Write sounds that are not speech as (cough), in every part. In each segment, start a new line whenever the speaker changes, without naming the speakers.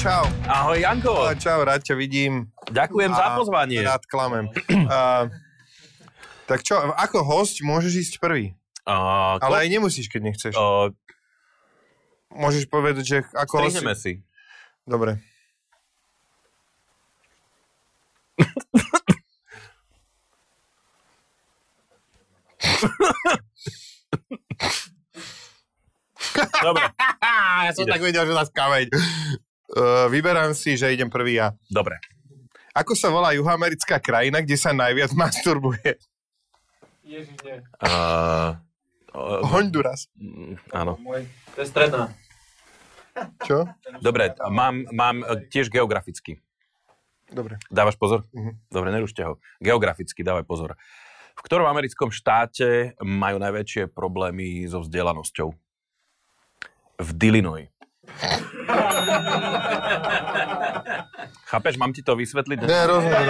Čau.
Ahoj Janko,
A čau, rád ťa vidím.
ďakujem za pozvanie.
Rád klamem. A, tak čo, ako host môžeš ísť prvý.
Uh,
Ale aj nemusíš, keď nechceš.
uh,
Môžeš povedať, že ako host...
strihneme si.
Dobre.
Dobre,
Á, (laughs) ja som
Ide.
tak vedel, že nás kameň. (laughs) Uh, vyberám si, že idem prvý ja.
dobre.
Ako sa volá juhoamerická krajina, kde sa najviac (laughs) masturbuje?
Ježiš, nie.
Uh, uh,
Honduras.
áno.
Môj. To je stredná.
Čo?
Dobre, t- mám, mám eh, tiež geograficky.
Dobre.
Dávaš pozor?
Mhm.
Dobre, nerušte ho. Geograficky dávaj pozor. V ktorom americkom štáte majú najväčšie problémy so vzdelanosťou? V
(laughs)
Illinois. Chápeš, mám ti to vysvetliť?
Ne, rozumiem.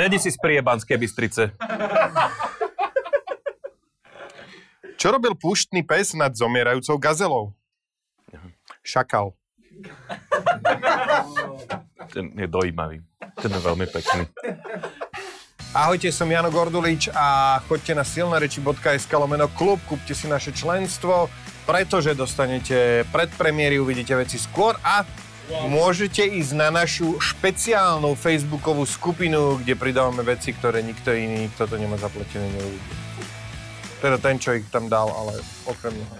Není si z Priebanskej Bystrice.
Čo robil púštny pes nad zomierajúcou gazelou? Šakal.
Ten je dojímavý. Ten je veľmi pekný.
Ahojte, som Jano Gordulič a chodte na silnareči.sk lomeno klub, kúpte si naše členstvo, pretože dostanete predpremiery, uvidíte veci skôr a môžete ísť na našu špeciálnu facebookovú skupinu, kde pridávame veci, ktoré nikto iný, kto to nemá zapletené, neuvidí. Teda ten, čo ich tam dal, ale okrem neho.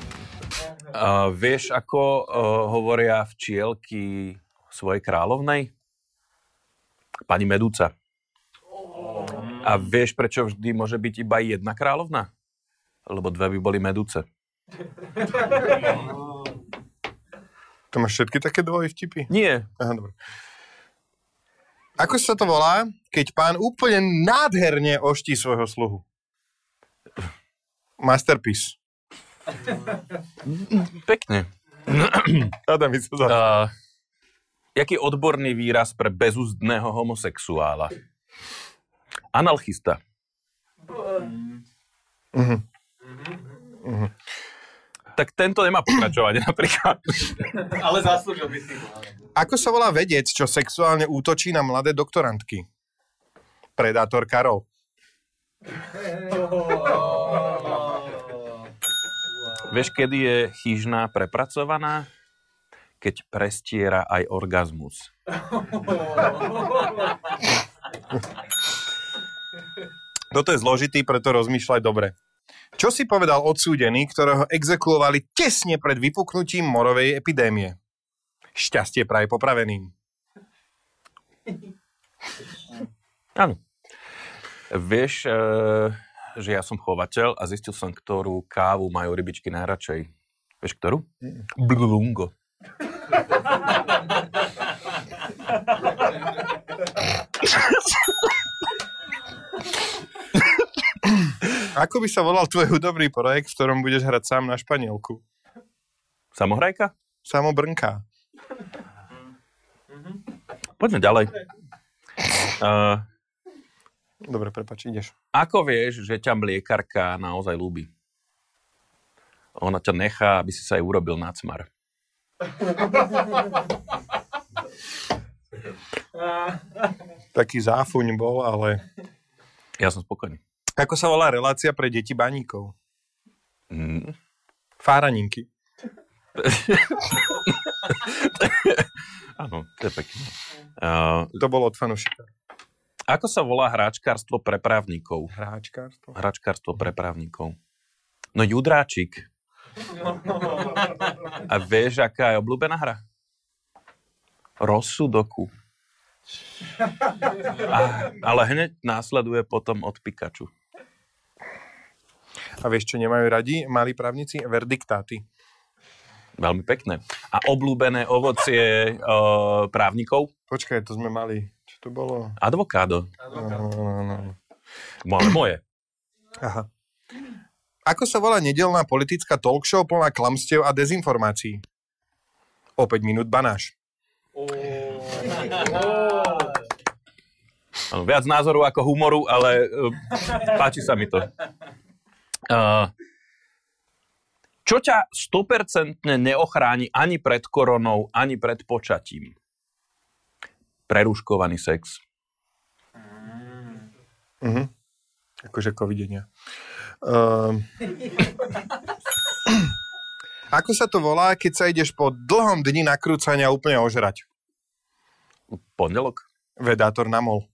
Uh, vieš, ako uh, hovoria včielky svojej kráľovnej? Pani Medúca. A vieš, prečo vždy môže byť iba jedna kráľovna? Lebo dve by boli Medúce.
To máš všetky také dvojvtipy?
Nie.
Aha, dobre. Ako sa to volá, keď pán úplne nádherne oští svojho sluhu? Masterpiece.
Pekne.
Adam, sa za...
Uh, jaký odborný výraz pre bezúzdného homosexuála? Analchista.
Mhm.
Tak tento nemá pokračovanie napríklad.
Ale zaslúžil by si.
Ako sa volá vedec, čo sexuálne útočí na mladé doktorantky? Predátor Karol.
Vieš, kedy je chyžná prepracovaná? Keď prestiera aj orgazmus.
Toto je zložitý, preto rozmýšľaj dobre. Čo si povedal odsúdený, ktorého exekuovali tesne pred vypuknutím morovej epidémie? Šťastie praje popraveným.
Áno. Vieš, e, že ja som chovateľ a zistil som, ktorú kávu majú rybičky najradšej. Vieš, ktorú? Blungo.
Ako by sa volal tvoj hudobný projekt, v ktorom budeš hrať sám na španielku?
Samohrajka?
Samo Brnka.
Poďme ďalej. E,
Dobre, prepač, ideš.
ako vieš, že ťa mliekarka naozaj ľúbi? Ona ťa nechá, aby si sa jej urobil nácmar.
Taký záfuň bol, ale...
Ja som spokojný.
Ako sa volá relácia pre deti baníkov?
Mm.
Fáraninky.
Áno, to je pekné. E,
To bolo od fanúšika.
ako sa volá hráčkárstvo pre právnikov?
Hráčkárstvo.
hračkárstvo pre právnikov. No judráčik. A vieš, aká je obľúbená hra? Rozsudoku. A, ale hneď následuje potom od Pikachu.
A vieš, čo nemajú radi malí právnici? Verdiktáty.
Veľmi pekné. A obľúbené ovocie e, právnikov?
Počkaj, to sme mali... Čo to bolo?
Advokádo.
No, no, no, no.
Moje. moje.
Aha. Ako sa volá nedelná politická talk show plná klamstiev a dezinformácií? O 5 minút banáš.
Áno, Viac názoru ako humoru, ale e, páči sa mi to. E, čo ťa 100% neochráni ani pred koronou, ani pred počatím? preruškovaný sex.
Mhm. Akože covidenia.
(laughs)
Ehm. Ako sa to volá, keď sa ideš po dlhom dni nakrúcania úplne ožrať?
Pondelok?
Vedátor na mol.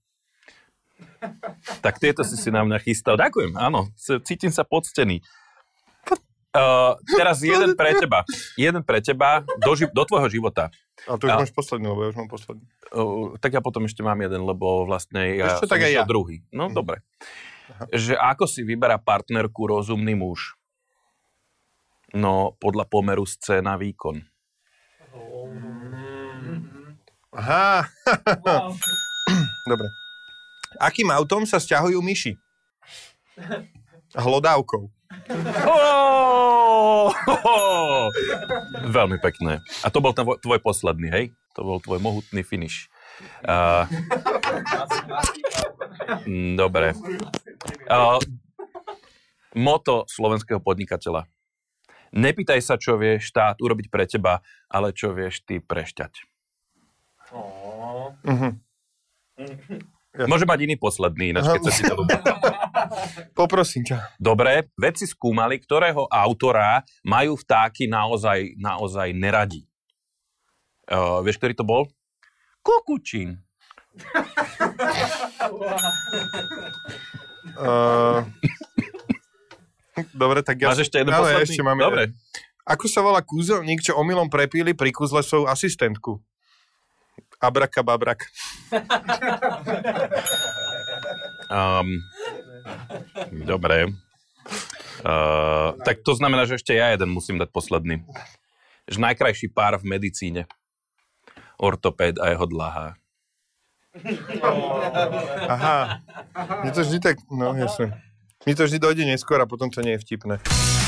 Tak tieto si si na mňa chystal. Ďakujem, áno. S- Cítim sa poctený. Uh, teraz jeden pre teba. Jeden pre teba do, ži- do tvojho života.
A to už
A-
máš posledný, lebo ja už mám posledný.
Uh, tak ja potom ešte mám jeden, lebo vlastne ja
Vieš čo, tak
som
aj
išiel
ja. Mhm.
druhý. No, dobre. Že ako si vyberá partnerku rozumný muž? No, podľa pomeru scéna výkon.
Aha,
Wow.
dobre. Akým autom sa sťahujú myši? Hlodávkou.
Oh! Veľmi pekné. A to bol ten vo- tvoj posledný, hej? To bol tvoj mohutný finish. Uh, dobre. Uh, moto slovenského podnikateľa. Nepýtaj sa, čo vie štát urobiť pre teba, ale čo vieš ty prešťať.
Ó.
Mhm.
Môže mať iný posledný, ináč, keď sa ti to ľúbi.
Poprosím ťa.
Dobre, vedci skúmali, ktorého autora majú vtáky naozaj, naozaj neradi. Uh, vieš, ktorý to bol? Kukučín.
Ehm. (laughs) Dobre, tak ja...
Máš ešte jeden
Áno, ja
posledný?
ešte mám
Dobre.
jeden. Ako sa volá kúzelník, čo omylom prepíli pri kúzle svoju asistentku? Abrakababrak.
Um, dobre. Uh, tak to znamená, že ešte ja jeden musím dať posledný. Že najkrajší pár v medicíne. Ortopéd a jeho dlahá.
Aha. Mne to vždy tak... No, jasne. Mi to vždy dojde neskôr a potom to nie je vtipné.